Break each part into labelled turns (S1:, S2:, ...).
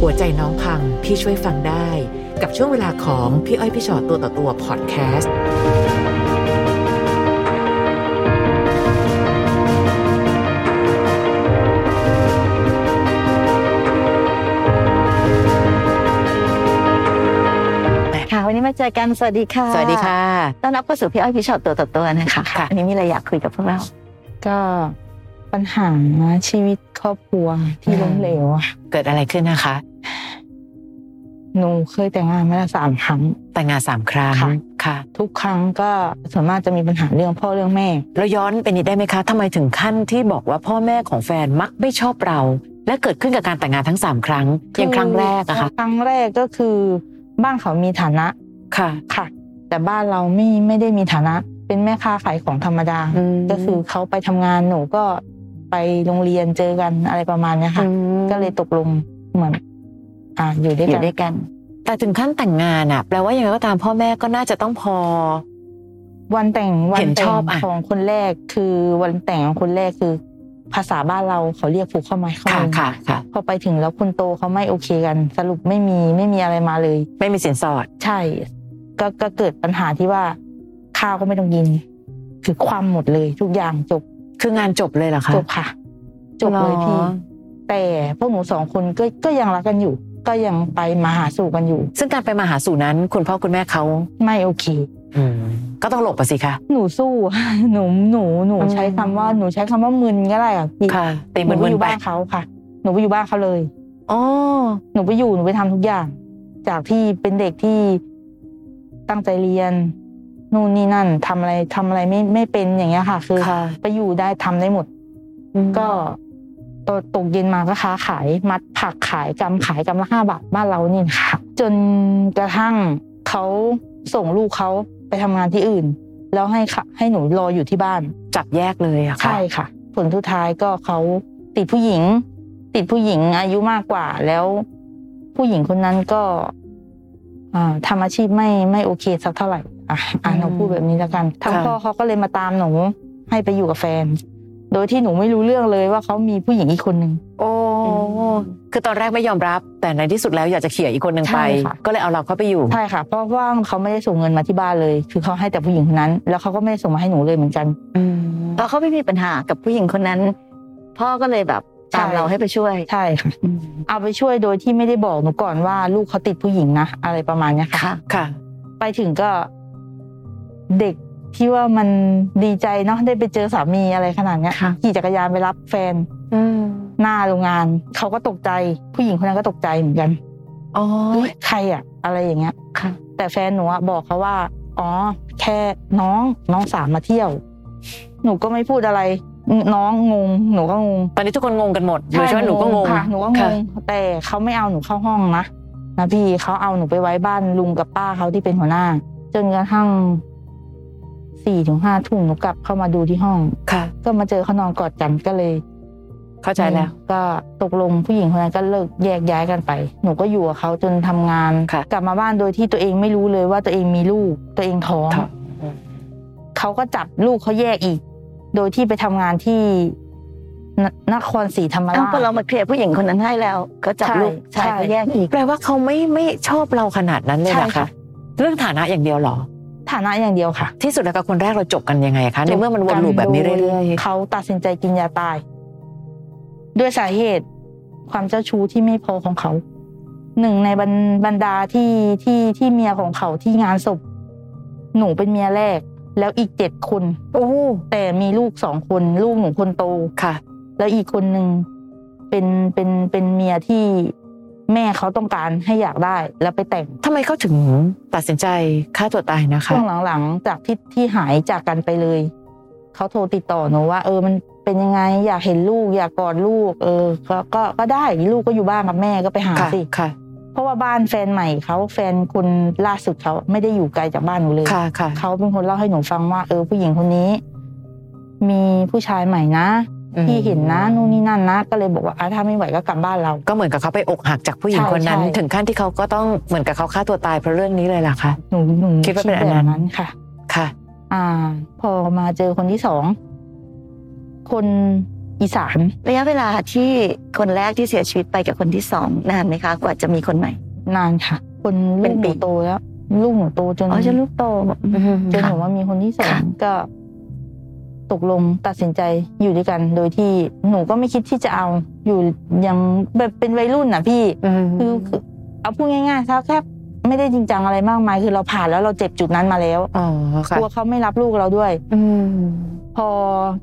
S1: หัวใจน้องพังพี่ช่วยฟังได้ กับช่วงเวลาของพี่อ้อยพี่ชอตตัวต่อตัวพอดแคสต์
S2: ค่ะวันนี้มาเจอกันสวัสดีค่ะ
S1: สวัสดีค่ะ
S2: ต้อนรับเข้าสู่พี่อ้อยพี่ชอตตัวต่อตัวนะคะ
S1: ค่ะ
S2: วันนี้มีอะไรอยากคุยกับพวกเรา
S3: ก็ปัญหาชีวิตครอบครัวที่ล้มเหลวอะ
S1: เกิดอะไรขึ้นนะคะ
S3: หนูเคยแต่งงานมาแล้วสามครั้ง
S1: แต่งงานสามครั้ง
S3: ค่ะ
S1: ค่ะ
S3: ทุกครั้งก็ส่วนมากจะมีปัญหาเรื่องพ่อเรื่องแม่
S1: เราย้อนไปนิดได้ไหมคะทำไมถึงขั้นที่บอกว่าพ่อแม่ของแฟนมักไม่ชอบเรา และเกิดขึ้นกับการแต่งงานทั้งสามครั้งอย่างครั้งแรกอะค่ะ
S3: ครั้งแรกก็คือบ้านเขามีฐานะ
S1: ค่ะ
S3: ค่ะ แต่บ้านเราไม่ไม่ได้มีฐานะ เป็นแม่ค้าขายของธรรมดา
S1: อืม
S3: ก็คือเขาไปทำงานหนูก็ไปโรงเรียนเจอกันอะไรประมาณเนี้ยค่ะ ก็เลยตกลงเหมือน อ่าอยู่ด้วย
S2: อ
S3: กั
S2: ยู่
S3: น
S2: ด้วยกัน
S1: แต่ถึงขั้นแต่งงานอะแปลว่ายังไงก็ตามพ่อแม่ก็น่าจะต้องพอ
S3: วันแต่งวั
S1: เห็
S3: น
S1: นช
S3: แต่
S1: อบ
S3: ง
S1: อะ
S3: ของคนแรกคือวันแต่งของคนแรกคือ ภาษาบ้านเราเขาเรียกผูกข้อไม้ข้อ
S1: ค่ะ
S3: มือ
S1: ค่ะค่ะ
S3: พอไปถึงแล้วคนโตเขาไม่โอเคกัน สรุปไม่มีไม่มีอะไรมาเลย
S1: ไม่มีสินสอด
S3: ใช่ ก็ก็เกิดปัญหาที่ว่าข้าวก็ไม่ต้องกิน คือความหมดเลย ทุกอย่างจบ
S1: คืองานจบเลยเหรอคะ
S3: จบค่ะ จบเลย
S1: หรอ
S3: พี่ แต่พวกหนูสองคนก็ก็ยังรักกันอยู่ ก็ยังไปมาหาสู่กันอยู่
S1: ซึ่งการไปมาหาสู่นั้นคุณพ่อคุณแม่เขา
S3: ไม่โอเค
S1: ก็ต้องหลบอะสิคะ
S3: หนูสู้ หนูหนูหนู
S1: อืม
S3: ใช้คำว่าหนูใช้คำว่ามึนก็ได้อะพี่
S1: ค่ะตี
S3: หนูไป
S1: มึ
S3: อน
S1: ๆ
S3: ยู่
S1: ไป
S3: บ้านเขาค่ะ หนูไปอยู่บ้านเขาเลย
S1: อ๋อ
S3: หนูไปอยู่ หนูไปทำทุกอย่าง จากที่เป็นเด็กที่ตั้งใจเรียน นู่นนี่นั่นทำอะไรทำอะไรไม่ไม่เป็นอย่างเงี้ยค่ะ คือ
S1: ค่ะ
S3: ไปอยู่ได้ทำได้หมด ก็ตกตกเย็นมาก็ค้าขาย มัดผักขายกำขายกำละห้าบาทบ้านเรานี่นะค่ะ จนกระทั่งเขาส่งลูกเขาไปทำงานที่อื่น แล้วให้ค่ะ ให้หนูรออยู่ที่บ้าน
S1: จับแยกเลยอะค่ะ
S3: ใช่ค่ะ ผลทุดท้ายก็เขาติดผู้หญิง ติดผู้หญิงอายุมากกว่าแล้ว ผู้หญิงคนนั้นก็อ่าทำอาชีพไม่ไม่โอเคสักเท่าไหร่อ่ะอ่าหนูพูดแบบนี้แล้วกันทางพ่อเขาก็เลยมาตามหนูให้ไปอยู่กับแฟน โดยที่หนูไม่รู้เรื่องเลยว่าเขามีผู้หญิงอีกคนนึง
S1: โอ้คือตอนแรกไม่ยอมรับ แต่ในที่สุดแล้วอยากจะเขี่ยอีกคนหนึ่งไป
S3: ใช่ค่ะ
S1: ก็เลยเอาเราเข้าไปอยู่
S3: ใช่ค่ะ เพราะว่าเขาไม่ได้ส่งเงินมาที่บ้านเลย คือเขาให้แต่ผู้หญิงคนนั้น แล้วเขาก็ไม่ได้ส่งมาให้หนูเลยเหมือนกัน
S2: พอเขาไม่มีปัญหากับผู้หญิงคนนั้น พ่อก็เลยแบบตาม
S3: ใช่
S2: เราให้ไปช่วย
S3: ใช่ค่ะ เอาไปช่วยโดยที่ไม่ได้บอกหนูก่อนว่าลูกเขาติดผู้หญิงนะอะไรประมาณเนี้ยค่ะ
S2: ค่ะ
S1: ค่ะ
S3: ไปถึงก็เด็กที่ว่ามันดีใจเนาะได้ไปเจอสามีอะไรขนาดเนี้ย
S2: ค่ะ
S3: ขี่จักรยานไปรับแฟนหน้าโรงงาน เขาก็ตกใจ ผู้หญิงคนนั้นก็ตกใจเหมือนกัน
S1: อ๋อ
S3: เฮ้ยใครอะอะไรอย่างเงี้ย
S2: ค่ะ
S3: แต่แฟนหนูอะบอกเขาว่า อ๋อ แค่น้องน้องสามมาเที่ยว หนูก็ไม่พูดอะไร น้องงง หนูก็งง
S1: ตอนนี้ทุกคนงงกันหมดโดยเฉพาะหนูก็งง
S3: ค่ะหนูก็ง
S1: ค่ะ
S3: งแต่เขาไม่เอาหนูเข้าห้องนะนะพี่เขาเอาหนูไปไว้บ้านลุงกับป้าเขาที่เป็นหัวหน้า จนกระทั่งสี่ถึงห้าทุ่มหนูกลับเข้ามาดูที่ห้อง
S1: ค่ะ
S3: ก็มาเจอเขานอนกอดกันก็เลย
S1: เข้าใจแล้ว
S3: ก็ตกลงผู้หญิงคนนั้นก็เลิกแยกย้ายกันไป หนูก็อยู่กับเขาจนทำงาน
S1: ค่ะ
S3: กลับมาบ้านโดยที่ตัวเองไม่รู้เลยว่าตัวเองมีลูก ตัวเองท้อง
S1: ค่ะ
S3: เขาก็จับลูกเขาแยกอีก โดยที่ไปทำงานที่นนครศรีธรรม
S2: อ้าว
S3: ราช
S2: พอเรามาเคลียร์ผู้หญิงคนนั้นให้แล้ว ก็จับ
S3: ใช่
S2: ลูกชาย
S3: ใช่
S2: ไปแยกอีก
S1: แปลว่าเขาไม่ไม่ชอบเราขนาดนั้นเลย
S3: ใช่
S1: เหรอ
S3: ค่ะ
S1: คะเรื่องฐานะอย่างเดียวเหรอ
S3: ฐานะอย่างเดียวค่ะ
S1: ที่สุดแล้วกับคนแรกเราจบกันยังไงคะในเมื่อมันวนลูปแบบนี้เรื่อย
S3: ๆเขาตัดสินใจกินยาตาย ด้วยสาเหตุ ความเจ้าชู้ที่ไม่พอของเขา หนึ่งในบรรบรรดาที่ที่ที่เมียของเขาที่งานศพ หนูเป็นเมียแรก แล้วอีกเจ็ดคน
S1: ๆโอ้
S3: แต่มีลูกสองคน ลูกหนูคนโต
S1: ค่ะ
S3: แล้วอีกคนหนึ่งเป็นเป็นเป็นเมียที่แม่เขาต้องการให้อยากได้ แล้วไปแต่ง
S1: ทำไมเขาถึงตัดสินใจฆ่าตัวตายนะคะ
S3: ช่วงหลังๆ จากที่ที่หายจากกันไปเลย เขาโทรติดต่อหนูว่า เออมันเป็นยังไง อยากเห็นลูก อยากกอดลูก เออ ก็ก็ก็ได้ลูกก็อยู่บ้านกับแม่ก็ไปหา
S1: ค่ะ
S3: สิ
S1: ค่ะ
S3: เพราะว่าบ้านแฟนใหม่เขาแฟนคนล่าสุดเขาไม่ได้อยู่ไกลจากบ้านหนูเลย
S1: ค่ะ ค่ะ
S3: เขาเป็นคนเล่าให้หนูฟังว่า เออผู้หญิงคนนี้ มีผู้ชายใหม่นะที่เห็นนะนู่นนี่นั่นนะก็เลยบอกว่าอ่ะถ้าไม่ไหวก็กลับบ้านเรา
S1: ก็เหมือนกับเขาไปอกหักจากผู้หญิง
S3: ใช่
S1: คนนั้น
S3: ใช่
S1: ถึงขั้นที่เขาก็ต้องเหมือนกับเขาฆ่าตัวตายเพราะเรื่องนี้เลยล่ะคะ
S3: หนูหนู
S1: คิดว่าเป็นอันนั้น
S3: แบบค่ะ
S1: ค่ะ
S3: อ่า พอมาเจอคนที่สอง คน อีสาน
S2: ระยะเวลาที่คนแรกที่เสียชีวิตไปกับคนที่สองนานไหมคะ กว่าจะมีคนใหม่
S3: นานค่ะ คน
S2: เป็
S3: ลู
S2: น
S3: ก
S2: ปี
S3: หนูโตแล้ว ลูกหนูโตจน
S2: อ๋อจะลูกโต
S3: จนหนูว่ามีคนที่สอง
S2: ค่ะ
S3: ก็ ตกลงตัดสินใจอยู่ด้วยกัน โดยที่หนูก็ไม่คิดที่จะเอาอยู่ยังแบบเป็นวัยรุ่นน่ะพี่ คือคือเอาพูดง่ายๆถ้าแค่ไม่ได้จริงจังอะไรมากมาย คือเราผ่านแล้วเราเจ็บจุดนั้นมาแล้ว
S1: อ๋อค่ะ
S3: กลัวเขาไม่รับลูกเราด้วย
S1: อืม
S3: พอ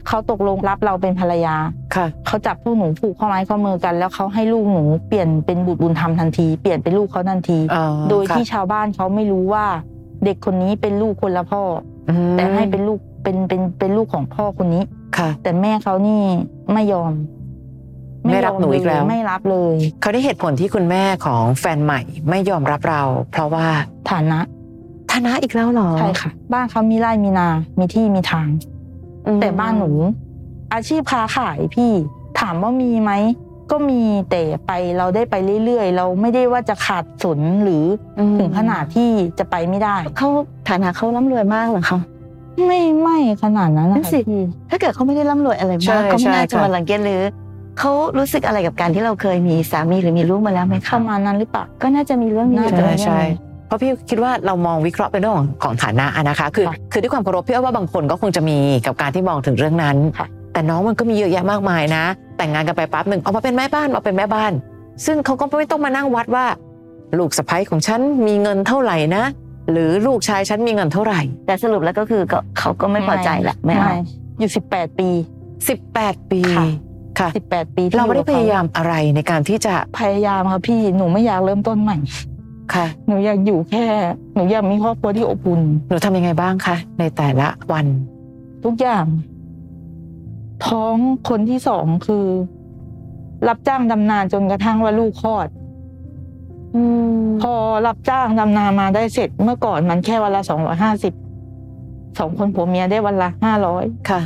S3: เขาตกลงรับเราเป็นภรรยา
S1: ค่ะ
S3: เขาจับพวกหนูผูกข้อไม้ข้อมือกัน แล้วเขาให้ลูกหนูเปลี่ยนเป็นบุตรบุญธรรมทันทีเปลี่ยนเป็นลูกเขาทันที
S1: อ๋อ
S3: โดยที่
S1: ค่ะ
S3: ชาวบ้านเขาไม่รู้ว่า เด็กคนนี้เป็นลูกคนละพ่อ
S1: อื
S3: อ
S1: ม
S3: แต่ให้เป็นลูกเป็นเป็นเป็นลูกของพ่อคนนี้
S1: ค่ะ
S3: แต่แม่เขานี่ไม่ยอม
S1: ไม่รับหนูอีกแล้ว
S3: ไม่รับเลย
S1: เขาได้เหตุผลที่คุณแม่ของแฟนใหม่ไม่ยอมรับเรา เพราะว่า
S3: ฐานะ
S1: ฐานะอีกแล้วเหรอ
S3: ใช่ค่ะ บ้านเขามีไร่มีนา มีที่มีทาง
S1: อืม
S3: แต่บ้านหนู อาชีพค้าขายพี่ ถามว่ามีไหม ก็มีแต่ไปเราได้ไปเรื่อยๆ เราไม่ได้ว่าจะขาดสนหรือ
S1: อืม
S3: ถึงขนาดที่จะไปไม่ได้
S2: เขาฐานะเขาร่ำรวยมากเหรอคะ
S3: ไม่ไม่ขนาดนั้น
S2: นั่
S3: นะ
S2: น
S3: คะ
S2: สิ
S3: พี่
S2: ถ้าเกิดเขาไม่ได้ร่ำรวยอะไรมากเขาไม่น่าจะมาหลังเกียจหรือ เขารู้สึกอะไรกับการที่เราเคยมีสามีหรือมีลูกมาแล้วไหม
S3: ป
S2: คะ
S3: ระมาณนั้นหรือเปล่า
S2: ก็น่าจะมีเรื่องนี้อยู่
S1: ใช่
S2: ด้วย
S1: ใช่เพราะพี่คิดว่าเรามองวิเคราะห์เป็นเรื่องของของฐานะอะนะคะ คือ
S3: ค่ะ
S1: คือด้วยความเคารพพี่อ้อยว่าบางคนก็คงจะมีกับการที่มองถึงเรื่องนั้น
S3: ค่ะ
S1: แต่น้องมันก็มีเยอะแยะมากมายนะ แต่งงานกันไปปั๊บหนึ่งเอามาเป็นแม่บ้านมาเป็นแม่บ้าน ซึ่งเขาก็ไม่ต้องมานั่งวัดว่า ลูกสะใภ้ของฉันมีเงินเท่าไหร่นะ หรือลูกชายฉันมีเงินเท่าไหร่
S2: แต่สรุปแล้วก็คือก็เขาก็ไม่พอใจแหละไม่เอา
S3: อยู่สิบแปดปี
S1: 18 ปี
S3: ค่ะ
S1: ค่ะ
S3: สิบแปดปีที่
S1: เราไม่ได้
S3: อกับ
S1: พ
S3: ข
S1: ยายามอะไรในการที่จะ
S3: พยายามค่ะพี่หนูไม่อยากเริ่มต้นใหม่
S1: ค่ะ
S3: หนูอยากอยู่แค่ หนูอยากมีครอบครัวที่อบอุ่น
S1: หนูทำยังไงบ้างคะในแต่ละวัน
S3: ทุกอย่าง ท้องคนที่สองคือ รับจ้างดำนาจนกระทั่งว่าลูกคลอด พอรับจ้างดำนามาได้เสร็จเมื่อก่อนมันแค่วันละสองร้อยห้าสิบสองคนผัวเมียได้วันละห้าร้อย
S1: ค่ะ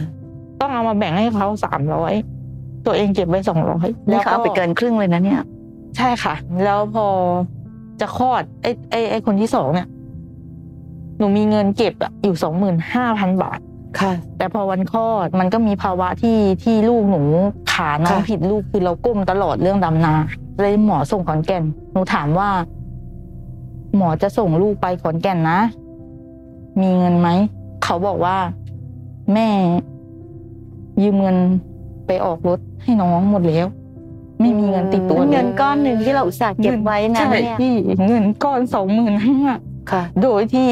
S3: ต้องเอามาแบ่งให้เขาสามร้อยตัวเองเก็บไว้สองร้อย
S2: นี่เขาเอาไปเกินครึ่งเลยนะเนี่ย
S3: ใช่ค่ะ แล้วพอจะคลอดไอ้ไอ้ไอ้คนที่สองเนี่ย หนูมีเงินเก็บอะอยู่สองหมื่นห้าพันบาท
S1: ค่ะ
S3: แต่พอวันคลอดมันก็มีภาวะที่ที่ลูกหนูขาน้อง
S1: ค่ะ
S3: ผิดลูกคือเราก้มตลอดเรื่องดำนาเลยหมอส่งขอนแก่นหนูถามว่า หมอจะส่งลูกไปขอนแก่นนะ มีเงินไหม เขาบอกว่า แม่ ยืมเงินไปออกรถให้น้องหมดแล้ว ไม่มีเงินติดตัวลย
S2: เงินก้อนหนึ่งที่เราอุตส่าห์เก็บไว้นะ
S3: ใช่
S2: เนี่ย
S3: พี่เงินก้อนสองหมื่นห้า
S1: ค่ะ
S3: โดยที่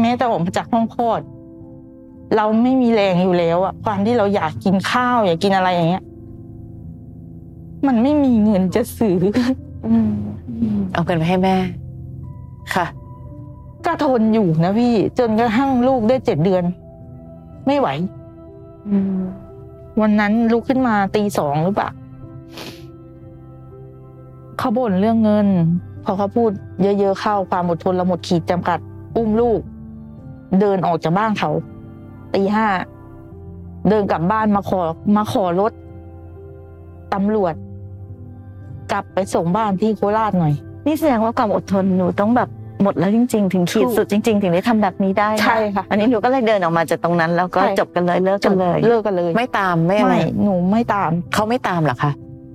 S3: แม้แต่ออกมาจากห้องคลอด เราไม่มีแรงอยู่แล้วอะความที่เราอยากกินข้าวอยากกินอะไรอย่างเงี้ย มันไม่มีเงินจะซื้อ
S1: เอาเงินไปให้แม่ ค่ะ
S3: ก็ทนอยู่นะพี่ จนกระทั่งลูกได้เจ็ดเดือน ไม่ไหว วันนั้นลุกขึ้นมาตีสองหรือเปล่าเขาบ่นเรื่องเงิน พอเขาพูดเยอะๆเข้าความอดทนเราหมดขีดจำกัด อุ้มลูก เดินออกจากบ้านเขาตีห้าเดินกลับบ้านมาขอมาขอรถตำรวจ กลับไปส่งบ้านที่โคราชหน่อย
S2: นี่แสดงว่าความอดทนหนูต้องแบบหมดแล้วจริง ๆ ถึงขีดสุดจริง ๆ ถึงได้ทำแบบนี้ได้นะ
S3: ใช่ค่ะ
S2: อันนี้หนูก็เลยเดินออกมาจากตรงนั้น แล้วก็
S3: ใช่
S2: จบกันเลยเลิกกันเลย
S3: เลิกกันเลย
S1: ไม่ตามไม่อะไร
S3: ไม่หนูไม่ตาม
S1: เขาไม่ตามเหรอคะ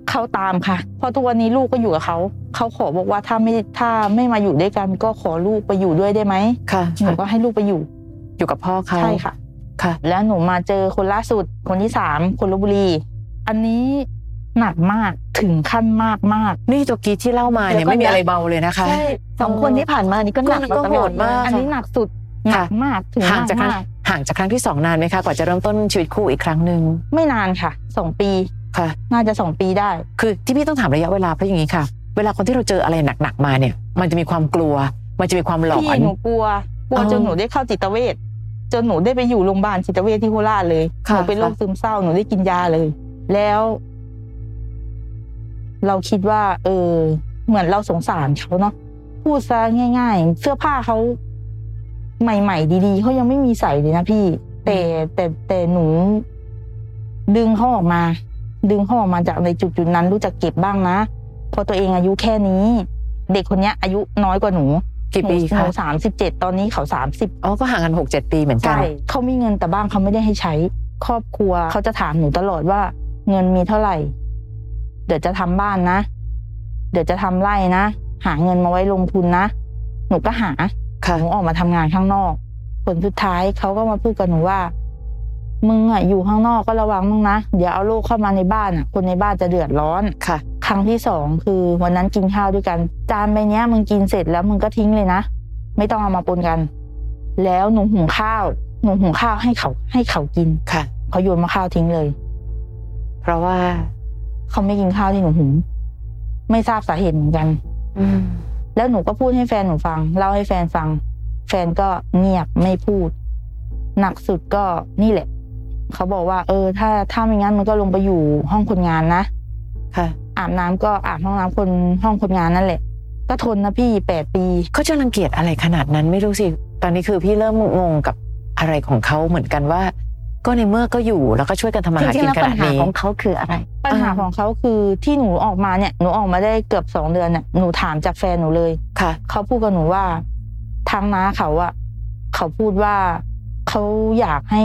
S3: เขาตามค่ะ เพราะทุกวันนี้ลูกก็อยู่กับเขา เขาขอบอกว่าถ้าไม่ถ้าไม่มาอยู่ด้วยกัน ก็ขอลูกไปอยู่ด้วยได้ไหม
S1: ค่ะ
S3: หนู
S1: ค่ะ
S3: ก็ให้ลูกไปอยู่
S1: อยู่กับพ่อเขา
S3: ใช่ค่ะ
S1: ค่ะ
S3: แล้วหนูมาเจอคนล่าสุดคนที่สามคนลบบุรี อันนี้หนักมากถึงขั้นมากมาก
S1: นี่ตัวกี้ที่เล่ามาเนี่ย
S2: เดี๋ยวก่อน
S1: ไม่มี
S2: นะ
S1: อะไรเบาเลยนะคะ
S2: ใช่สองคนที่ผ่านมานี่ก็หนัก
S1: ก็โหดมาก
S3: อันนี้หนักสุดหนักมากถึง
S1: ห่าง
S3: มาก
S1: จากครั้ง
S3: มาก
S1: ห่างจากครั้งที่สองนานไหมคะ กว่าจะเริ่มต้นชีวิตคู่อีกครั้งหนึ่ง
S3: ไม่นานค่ะสองปี
S1: ค่ะ
S3: น่าจะสองปีได้
S1: คือที่พี่ต้องถามระยะเวลาเพราะอย่างนี้ค่ะ เวลาคนที่เราเจออะไรหนักๆมาเนี่ย มันจะมีความกลัว มันจะมีความหลอ
S3: พี่
S1: น
S3: หนูกลัวกลัว
S1: อ๋อ
S3: จนหนูได้เข้าจิตเวชจนหนูได้ไปอยู่โรงพยาบาลจิตเวชที่โคราชเลยห
S1: ค่ะ
S3: นูเป็นโรคซึมเศร้าหนูได้กินยาเลย แล้ว เราคิดว่า เออ เหมือนเราสงสารเขาเนาะพูดซะง่าย ๆ เสื้อผ้าเขาใหม่ ๆ ดีๆเขายังไม่มีใส่เลยนะพี่ แต่แต่แต่หนู ดึงเขาออกมา ดึงเขาออกมาจากในจุดจุดๆนั้นรู้จักเก็บบ้างนะเพอตัวเองอายุแค่นี้ เด็กคนเนี้ย อายุน้อยกว่าหนู
S1: กี่ปี
S3: ห
S1: คะ
S3: นูสามสิบเจ็ดตอนนี้เขาสามสิบ
S1: อ๋อก็ห่างกันหกเจ็ดปีเหมือนกัน
S3: เขามีเงินแต่บ้างเขาไม่ได้ให้ใช้ ครอบครัวเขาจะถามหนูตลอดว่า เงินมีเท่าไหร่ เดี๋ยวจะทำบ้านนะ เดี๋ยวจะทำไร่นะ หาเงินมาไว้ลงทุนนะ หนูก็หา
S1: ค่ะ
S3: หนูออกมาทำงานข้างนอก ผลสุดท้ายเขาก็มาพูดกับหนูว่า มึงอ่ะอยู่ข้างนอกก็ระวังมึงนะ เดี๋ยวเอาโรคเข้ามาในบ้านอ่ะ คนในบ้านจะเดือดร้อน
S1: ค่ะ
S3: ครั้งที่สองคือวันนั้นกินข้าวด้วยกัน จานใบเนี้ยมึงกินเสร็จแล้วมึงก็ทิ้งเลยนะ ไม่ต้องเอามาปนกัน แล้วหนูหุงข้าว หนูหุงข้าวให้เขาให้เขากิน
S1: ค่ะ
S3: เขาโยนมาข้าวทิ้งเลย
S1: เพราะว่า
S3: เขาไม่กินข้าวที่หนูหุง ไม่ทราบสาเหตุเหมือนกัน
S1: อืม
S3: แล้วหนูก็พูดให้แฟนหนูฟังเล่าให้แฟนฟัง แฟนก็เงียบไม่พูด หนักสุดก็นี่แหละ เขาบอกว่า เออ ถ้าถ้าไม่งั้นมันก็ลงไปอยู่ห้องคนงานนะ
S1: ค่ะ
S3: อาบน้ำก็อาบห้องน้ำคนห้องคนงานนั่นแหละ ก็ทนนะพี่แปดปี
S1: เขาจะรังเกียจอะไรขนาดนั้นไม่รู้สิ ตอนนี้คือพี่เริ่มงงกับอะไรของเขาเหมือนกันว่า ก็ในเมื่อก็อยู่แล้วก็ช่วยกันทำมา
S2: จ
S1: หา
S2: ริงๆ
S1: กิน
S2: แล้ว
S1: ข
S2: ปัญ
S1: นาด
S2: หา
S1: นี้
S2: ของเขาคืออะไร
S3: ปัญหา
S1: อ่า
S3: ของเขาคือที่หนูออกมาเนี่ยหนูออกมาได้เกือบสองเดือนเนี่ยหนูถามจากแฟนหนูเลย
S1: ค่ะ
S3: เขาพูดกับหนูว่าทางน้าเขาอะเขาพูดว่าเขาอยากให้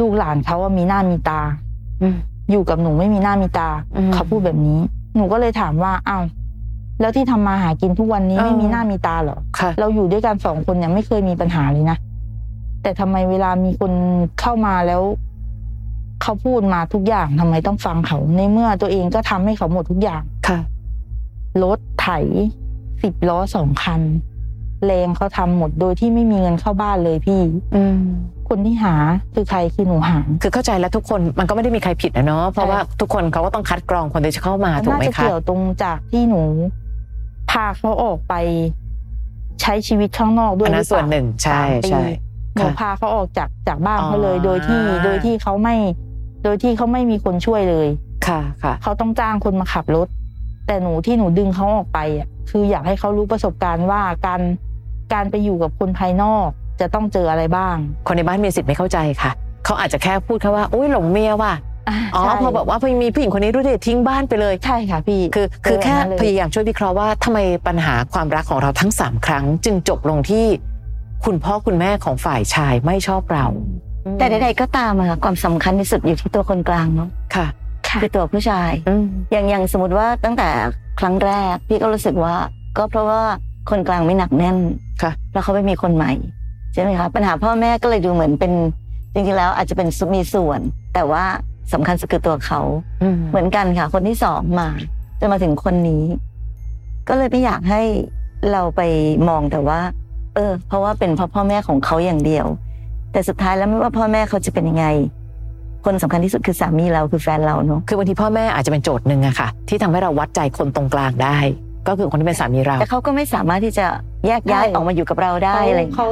S3: ลูกหลานเขาอะมีหน้ามีตา
S1: อืม
S3: อยู่กับหนูไม่มีหน้ามีตา
S1: อืม
S3: เขาพูดแบบนี้ หนูก็เลยถามว่าอ้าวแล้วที่ทำมาหากินทุกวันนี้
S1: เออ
S3: ไม่มีหน้ามีตาเหรอ
S1: ค่ะ
S3: เราอยู่ด้วยกันสองคนเนี่ยไม่เคยมีปัญหาเลยนะแต่ทำไมเวลามีคนเข้ามาแล้ว เขาพูดมาทุกอย่างทำไมต้องฟังเขาในเมื่อตัวเองก็ทำให้เขาหมดทุกอย่าง
S1: ค่ะ
S3: รถไถสิบล้อสองคันแรงเขาทำหมดโดยที่ไม่มีเงินเข้าบ้านเลยพี่
S1: อืม
S3: คนที่หาคือใครคือหนูหา
S1: คือเข้าใจแล้วทุกคนมันก็ไม่ได้มีใครผิดนะเนาะเพราะ
S3: ใช่
S1: ว่าทุกคนเขาก็ต้องคัดกรองคนที่จะเข้ามาถูก
S3: น่า
S1: ไหม
S3: จะ
S1: คะ
S3: เกี่ยวตรงจากที่หนู พาเขาออกไป ใช้ชีวิตข้างนอกด้วย
S1: อัน
S3: ห
S1: นั้น
S3: รือเป
S1: ส่วน
S3: ล่า
S1: หนึ่งใช่
S3: สามปี
S1: ใช่
S3: หนู
S1: ค่ะ
S3: พาเขาออกจากจากบ้านเขาเลย
S1: อ๋อ
S3: โดยที่โดยที่เขาไม่ โดยที่เขาไม่มีคนช่วยเลย
S1: ค่ะค่ะ
S3: เขาต้องจ้างคนมาขับรถ แต่หนูที่หนูดึงเขาออกไปอ่ะคืออยากให้เขารู้ประสบการณ์ว่าการการไปอยู่กับคนภายนอก จะต้องเจออะไรบ้าง
S1: คนในบ้านมีสิทธิ์ไม่เข้าใจค่ะ เขาอาจจะแค่พูดแค่ว่าอุ้ยหลงเมียว่ะ
S3: ะ
S1: อ๋อ
S3: ใช่
S1: พอบอกว่าพอมีผู้หญิงคนนี้ด้วยเดททิ้งบ้านไปเลย
S3: ใช่ค่ะพี่
S1: คือคือแค่
S3: เนั้นเลย
S1: พยายามช่วยวิเคราะห์ว่าทำไมปัญหาความรักของเราทั้งสามครั้ง จึงจบลงที่ คุณพ่อคุณแม่ของฝ่ายชายไม่ชอบเรา
S2: แต่ใดๆก็ตามอะค่ะความสำคัญที่สุดอยู่ที่ตัวคนกลางเนาะ
S1: ค่ะ
S2: คือตัวผู้ชาย
S1: อืม
S2: อย่างอย่างสมมติว่าตั้งแต่ครั้งแรก พี่ก็รู้สึกว่า ก็เพราะว่าคนกลางไม่หนักแน่น
S1: ค่ะ
S2: แล้วเขาไปมีคนใหม่ใช่ไหมคะปัญหาพ่อแม่ก็เลยดูเหมือนเป็นจริงๆแล้วอาจจะเป็นมีส่วน แต่ว่าสำคัญสุดคือตัวเขา
S1: อืม
S2: เหมือนกันค่ะ คนที่สองมาจนมาถึงคนนี้ ก็เลยไม่อยากให้เราไปมองแต่ว่า เออ เพราะว่าเป็นเพ่อพ่อแม่ของเขาอย่างเดียว แต่สุดท้ายแล้วไม่ว่าพ่อแม่เขาจะเป็นยังไง คนสำคัญที่สุดคือสามีเราคือแฟนเราเนาะ
S1: คือบางทีพ่อแม่อาจจะเป็นโจทย์หนึ่งอะค่ะ ที่ทำให้เราวัดใจคนตรงกลางได้ ก็คือคนที่เป็นสามีเรา
S2: แต่เขาก็ไม่สามารถที่จะแยกย้าย
S3: ใช่
S2: ออกมาอยู่กับเราได้
S3: เขา
S2: อะไรอย่างเงี้ย
S3: เขา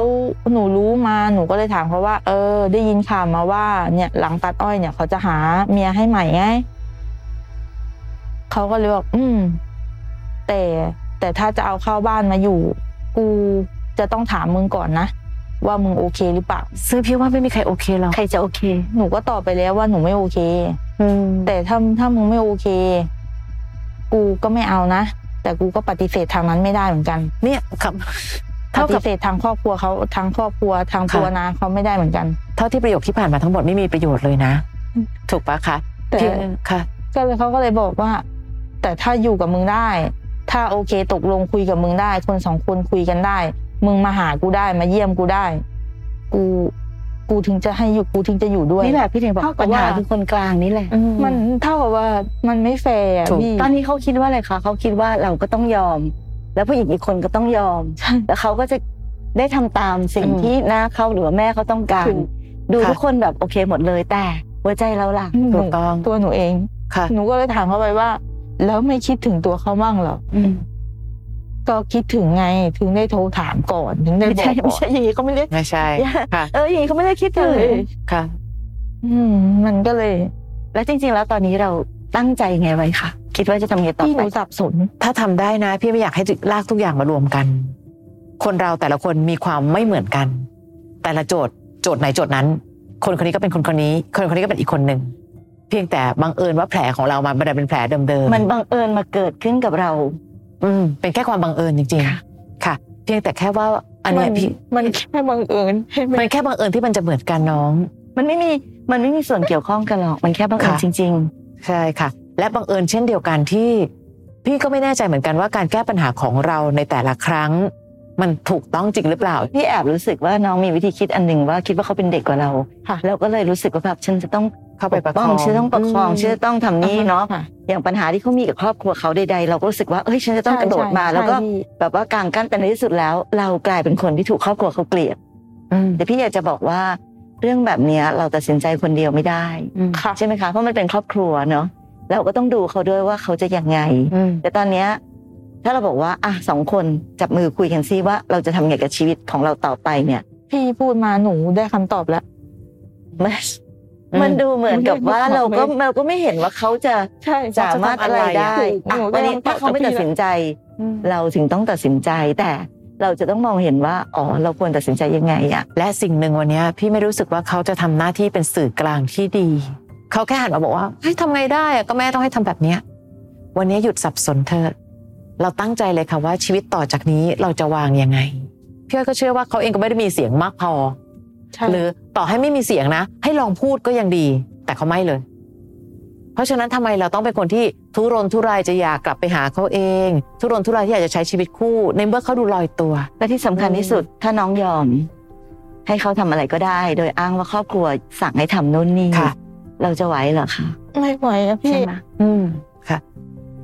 S3: หนูรู้มาหนูก็เลยถามเขาว่า เออ ได้ยินข่าวมาว่าเนี่ยหลังตัดอ้อยเนี่ยเขาจะหาเมียให้ใหม่ไงเขาก็เลยบอกอืม แต่แต่ถ้าจะเอาเข้าบ้านมาอยู่ กูจะต้องถามมึงก่อนนะ ว่ามึงโอเคหรือเปล่า
S1: ซึ่งพี่ว่าไม่มีใครโอเคหรอก
S2: ใครจะโอเค
S3: หนูก็ตอบไปแล้วว่าหนูไม่โอเค
S1: อืม
S3: แต่ถ้าถ้ามึงไม่โอเค กูก็ไม่เอานะ แต่กูก็ปฏิเสธทางนั้นไม่ได้เหมือนกัน
S1: เนี่ยครับ
S3: ป
S1: เท่ากั
S3: ฏิ
S1: บ
S3: เสธทางครอบครัวเขาทางครอบครัวทาง
S1: ค่ะ
S3: ตัวนาเขาไม่ได้เหมือนกัน
S1: เท่าที่ประโยคที่ผ่านมาทั้งหมดไม่มีประโยชน์เลยนะ ถูกปะคะ
S3: แต่
S1: พี่ค่ะ
S3: ก็เลยเขาก็เลยบอกว่า แต่ถ้าอยู่กับมึงได้ ถ้าโอเคตกลงคุยกับมึงได้ คนสองคนคุยกันได้ มึงมาหากูได้มาเยี่ยมกูได้ กู กูถึงจะให้อยู่กูถึงจะอยู่ด้วย
S2: นี่แหละพี่ถึงบอก
S3: เท่ากับ
S2: ปัญหา
S3: ว่า
S2: คือคนกลางนี่แหละ
S3: มันเท่ากับว่ามันไม่แฟร์อะ
S1: ถูก
S3: พี่
S2: ตอนนี้เขาคิดว่าอะไรคะเขาคิดว่าเราก็ต้องยอม แล้วผู้หญิงอีกคนก็ต้องยอม
S3: ใช่
S2: แล้วเขาก็จะได้ทำตามสิ่ง
S1: อืม
S2: ที่หน้าเขาหรือว่าแม่เขาต้องการ
S3: ถูก
S2: ดู
S1: ค่ะ
S2: ทุกคนแบบโอเคหมดเลยแต่หัวใจเราล่ะ
S1: ถูกต้อง
S3: ตัวหนูเอง
S1: ค่ะ
S3: หนูก็เลยถามเขาไปว่า แล้วไม่คิดถึงตัวเขาบ้างเหรอ
S1: อืม
S3: ก็คิดถึงไงถึงได้โทรถามก่อนถึงได้
S2: ไม่
S3: บอ
S2: ใช่
S3: กก่อน
S2: ไม่ใช่อย่างนี้เขาไม่เรียก
S1: ไม่ใช่ค่ะ
S2: เอออย่างนี้เขาไม่ได้คิดถึ
S3: ใช่
S2: ง
S1: ค่ะ
S3: อืมมันก็เลย
S2: แล้วจริง ๆ แล้วตอนนี้เราตั้งใจไงไว้คะคิดว่าจะทำยังไงต่อ
S3: พี่ห
S2: ไป
S3: นูสับสน
S1: ถ้าทำได้นะ พี่ไม่อยากให้ลากทุกอย่างมารวมกัน คนเราแต่ละคนมีความไม่เหมือนกัน แต่ละโจทย์โจทย์ไหนโจทย์นั้น คนคนนี้ก็เป็นคนคนนี้ คนคนนี้ก็เป็นอีกคนหนึ่งเพียงแต่บังเอิญว่าแผลของเรามันไม่ได้เป็นแผลเดิมๆ
S2: มันบังเอิญมาเกิดขึ้นกับเรา
S1: อืมเป็นแค่ความบังเอิญจริง ๆ ค่ะ เพียงแต่แค่ว่าอันเนี้ย
S3: มั
S1: พี่
S3: มันแค่บังเอิญให้มัน
S1: มันแค่บังเอิญที่มันจะเหมือนกันน้อง
S2: มันไม่มี มันไม่มีส่วนเกี่ยวข้องกันหรอก มันแค่บังเอิญ
S1: ค่ะ
S2: จริง
S1: ใช่ค่ะ และบังเอิญเช่นเดียวกันที่ พี่ก็ไม่แน่ใจเหมือนกันว่าการแก้ปัญหาของเราในแต่ละครั้ง มันถูกต้องจริงหรือเปล่า
S2: ๆ พี่แอบรู้สึกว่าน้องมีวิธีคิดอันหนึ่งว่าคิดว่าเขาเป็นเด็กกว่าเรา
S3: ค่ะ
S2: แล้วก็เลยรู้สึกว่าแบบฉันจะต้อง
S1: เข้าไปประค
S2: ป้
S1: อ
S2: อง
S1: ง
S2: ฉันจะต้องประคองฉันจะต้องทำนี่เนาะ
S3: ค่ะ
S2: อย่างปัญหาที่เขามีกับครอบครัวเขาใดๆ เราก็รู้สึกว่าเอ้ยฉันจะต้องกระโดด
S3: ใช่ใช่
S2: มาแล้วก็
S3: ใช่พี่
S2: แบบว่ากางกั้นแต่ในที่สุดแล้ว เรากลายเป็นคนที่ถูกครอบครัวเขาเกลียด
S1: อืม
S2: แต่พี่อยากจะบอกว่าเรื่องแบบเนี้ยเราตัดสินใจคนเดียวไม่ได้
S1: อืม
S3: ค่ะ
S2: ใช่ไหมคะ เพราะมันเป็นครอบครัวเนาะเราก็ต้องดูเขาด้วยว่าเขาจะยังไง
S1: อืม
S2: แต่ตอนเนี้ยถ้าเราบอกว่าอ่ะสองคนจับมือคุยกันซิว่าเราจะทำยังไงกับชีวิตของเราต่อไปเนี่ย
S3: พี่พูดมาหนูได้คำตอบแล้ว
S2: มันมันดูเหมือนกับว่าเราก็เราก็ไม่เห็นว่าเขาจะ
S3: ใช่
S2: สามารถอะไรได้อ่ะวันนี้ถ้าเขาไม่ตัดสินใจ เราถึงต้องตัดสินใจแต่เราจะต้องมองเห็นว่าอ๋อเราควรตัดสินใจยังไงอ่ะ
S1: และสิ่งหนึ่งวันเนี้ยพี่ไม่รู้สึกว่าเขาจะทำหน้าที่เป็นสื่อกลางที่ดี เขาแค่หันมาบอกว่าเฮ้ยทำไงได้อะก็แม่ต้องให้ทำแบบเนี้ยวันนี้หยุดสับสนเธอะเราตั้งใจเลยค่ะว่าชีวิตต่อจากนี้เราจะวางยังไงพี่อ้อยก็เชื่อว่าเขาเองก็ไม่ได้มีเสียงมากพอ หรือต่อให้ไม่มีเสียงนะ ให้ลองพูดก็ยังดี แต่เขาไม่เลย เพราะฉะนั้นทำไมเราต้องเป็นคนที่ทุรนทุรายจะอยากกลับไปหาเขาเอง ทุรนทุรายที่อยากจะใช้ชีวิตคู่ ในเมื่อเขาดูลอยตัว
S2: และที่สำคัญที่สุดถ้าน้องยอม ให้เขาทำอะไรก็ได้ โดยอ้างว่าครอบครัวสั่งให้ทำโน่นนี่
S1: ค่ะ
S2: เราจะไหวเหรอคะ
S3: ไม่ไหวอะพี่
S2: ใช่ไหม
S1: อืมค่ะ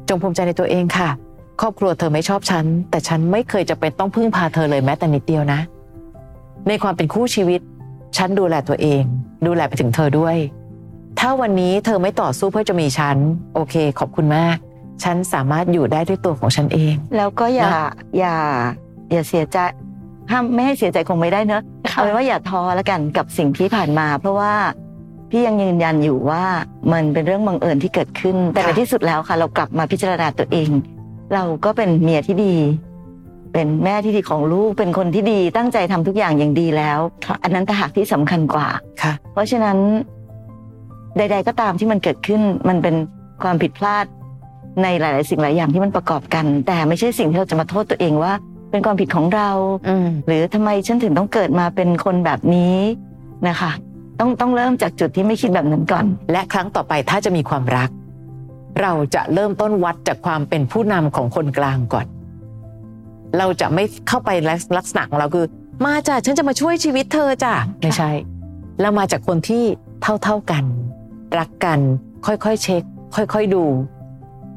S1: จงภูมิใจในตัวเองค่ะ ครอบครัวเธอไม่ชอบฉัน แต่ฉันไม่เคยจะเป็นต้องพึ่งพาเธอเลยแม้แต่นิดเดียวนะ ในความเป็นคู่ชีวิต ฉันดูแลตัวเอง ดูแลไปถึงเธอด้วย ถ้าวันนี้เธอไม่ต่อสู้เพื่อจะมีฉัน โอเค ขอบคุณมาก ฉันสามารถอยู่ได้ด้วยตัวของฉันเอง
S2: แล้วก็อย่าอย่า อย่าเสียใจห้ามไม่ให้เสียใจคงไม่ได้เนอะเอาเป็นว่าอย่าท้อแล้วกันกับสิ่งที่ผ่านมา เพราะว่าพี่ยังยืนยันอยู่ว่ามันเป็นเรื่องบังเอิญที่เกิดขึ้น แต่ใน
S1: ค่ะ
S2: ที่สุดแล้วค่ะ เรากลับมาพิจารณาตัวเอง เราก็เป็นเมียที่ดี เป็นแม่ที่ดีของลูก เป็นคนที่ดี ตั้งใจทำทุกอย่างอย่างดีแล้ว
S3: ค่ะ
S2: อันนั้นต่างหากที่สำคัญกว่า
S1: ค่ะ
S2: เพราะฉะนั้นใด ๆ ก็ตามที่มันเกิดขึ้น มันเป็นความผิดพลาดในหลาย ๆ สิ่งหลายอย่างที่มันประกอบกัน แต่ไม่ใช่สิ่งที่เราจะมาโทษตัวเองว่า เป็นความผิดของเรา
S1: อืม
S2: หรือทำไมฉันถึงต้องเกิดมาเป็นคนแบบนี้นะคะ ต้องต้องเริ่มจากจุดที่ไม่คิดแบบนั้นก่อน
S1: และครั้งต่อไปถ้าจะมีความรัก เราจะเริ่มต้นวัดจากความเป็นผู้นำของคนกลางก่อน เราจะไม่เข้าไปลักษณะของเราคือ มาจ้ะฉันจะมาช่วยชีวิตเธอจ้ะไม่ใช่เรามาจากคนที่เท่าเท่าๆกัน รักกันค่อยๆเช็ค ค่อยๆดู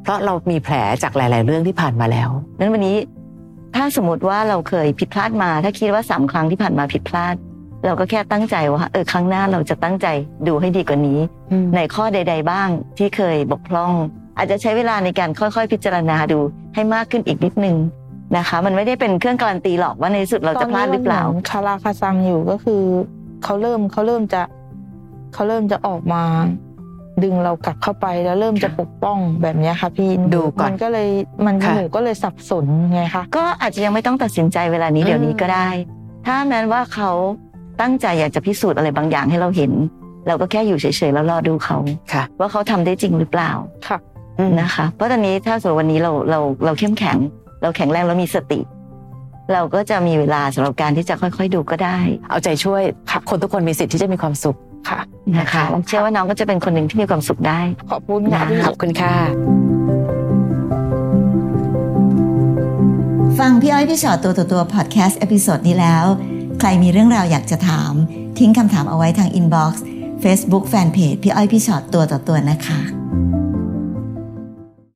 S1: เพราะเรามีแผลจากหลาย ๆ เรื่องที่ผ่านมาแล้ว
S2: นั้นวันนี้ถ้าสมมติว่าเราเคยผิดพลาดมา ถ้าคิดว่าสามครั้งที่ผ่านมาผิดพลาด เราก็แค่ตั้งใจว่าเออครั้งหน้าเราจะตั้งใจดูให้ดีกว่านี้ ในข้อใด ๆ บ้างที่เคยบกพร่อง อาจจะใช้เวลาในการค่อยๆ พิจารณาดูให้มากขึ้นอีกนิดนึงนะคะ มันไม่ได้เป็นเครื่องการันตีหรอกว่าในที่สุดเราจะพลาดหรือเปล่า
S3: ตนนี้มันมือนคาราคาซังอยู่ก็คือเขาเริ่มเขาเริ่มจะเขาเริ่มจะออกมา ดึงเรากลับเข้าไปแล้วเริ่มจะปกป้องแบบเนี้ยค่ะพี่
S1: ดูก่อน
S3: มันก็เลยมัน
S1: ค่ะ
S3: หนูก็เลยสับสนไงคะ
S2: ก็อาจจะยังไม่ต้องตัดสินใจเวลานี้เดี๋ยวนี้ก็ได้ ถ้าแม้นว่าเขาตั้งใจอยากจะพิสูจน์อะไรบางอย่างให้เราเห็น เราก็แค่อยู่เฉยๆแล้วรอดูเขา
S1: ค่ะ
S2: ว่าเขาทำได้จริงหรือเปล่า
S3: ค่ะ
S2: นะคะ เพราะตอนนี้ถ้าสมมติวันนี้เราเราเราเข้มแข็ง เราแข็งแรงเรามีสติ เราก็จะมีเวลาสำหรับการที่จะค่อยๆดูก็ได้
S1: เอาใจช่วย คนทุกคนมีสิทธิ์ที่จะมีความสุข
S3: ค่ะ
S2: นะคะเชื่อว่าน้องก็จะเป็นคนหนึ่งที่มีความสุขได้
S3: ขอบคุณค่ะพี่
S1: ขอบคุณค่ะ
S4: ฟังพี่อ้อยพี่ชอตตัวต่อตัวพอดแคสต์เอพิโซดนี้แล้ว ใครมีเรื่องราวอยากจะถาม ทิ้งคำถามเอาไว้ทางอินบ็อกซ์เฟซบุ๊กแฟนเพจพี่อ้อยพี่ชอตตัวต่อตัวนะคะ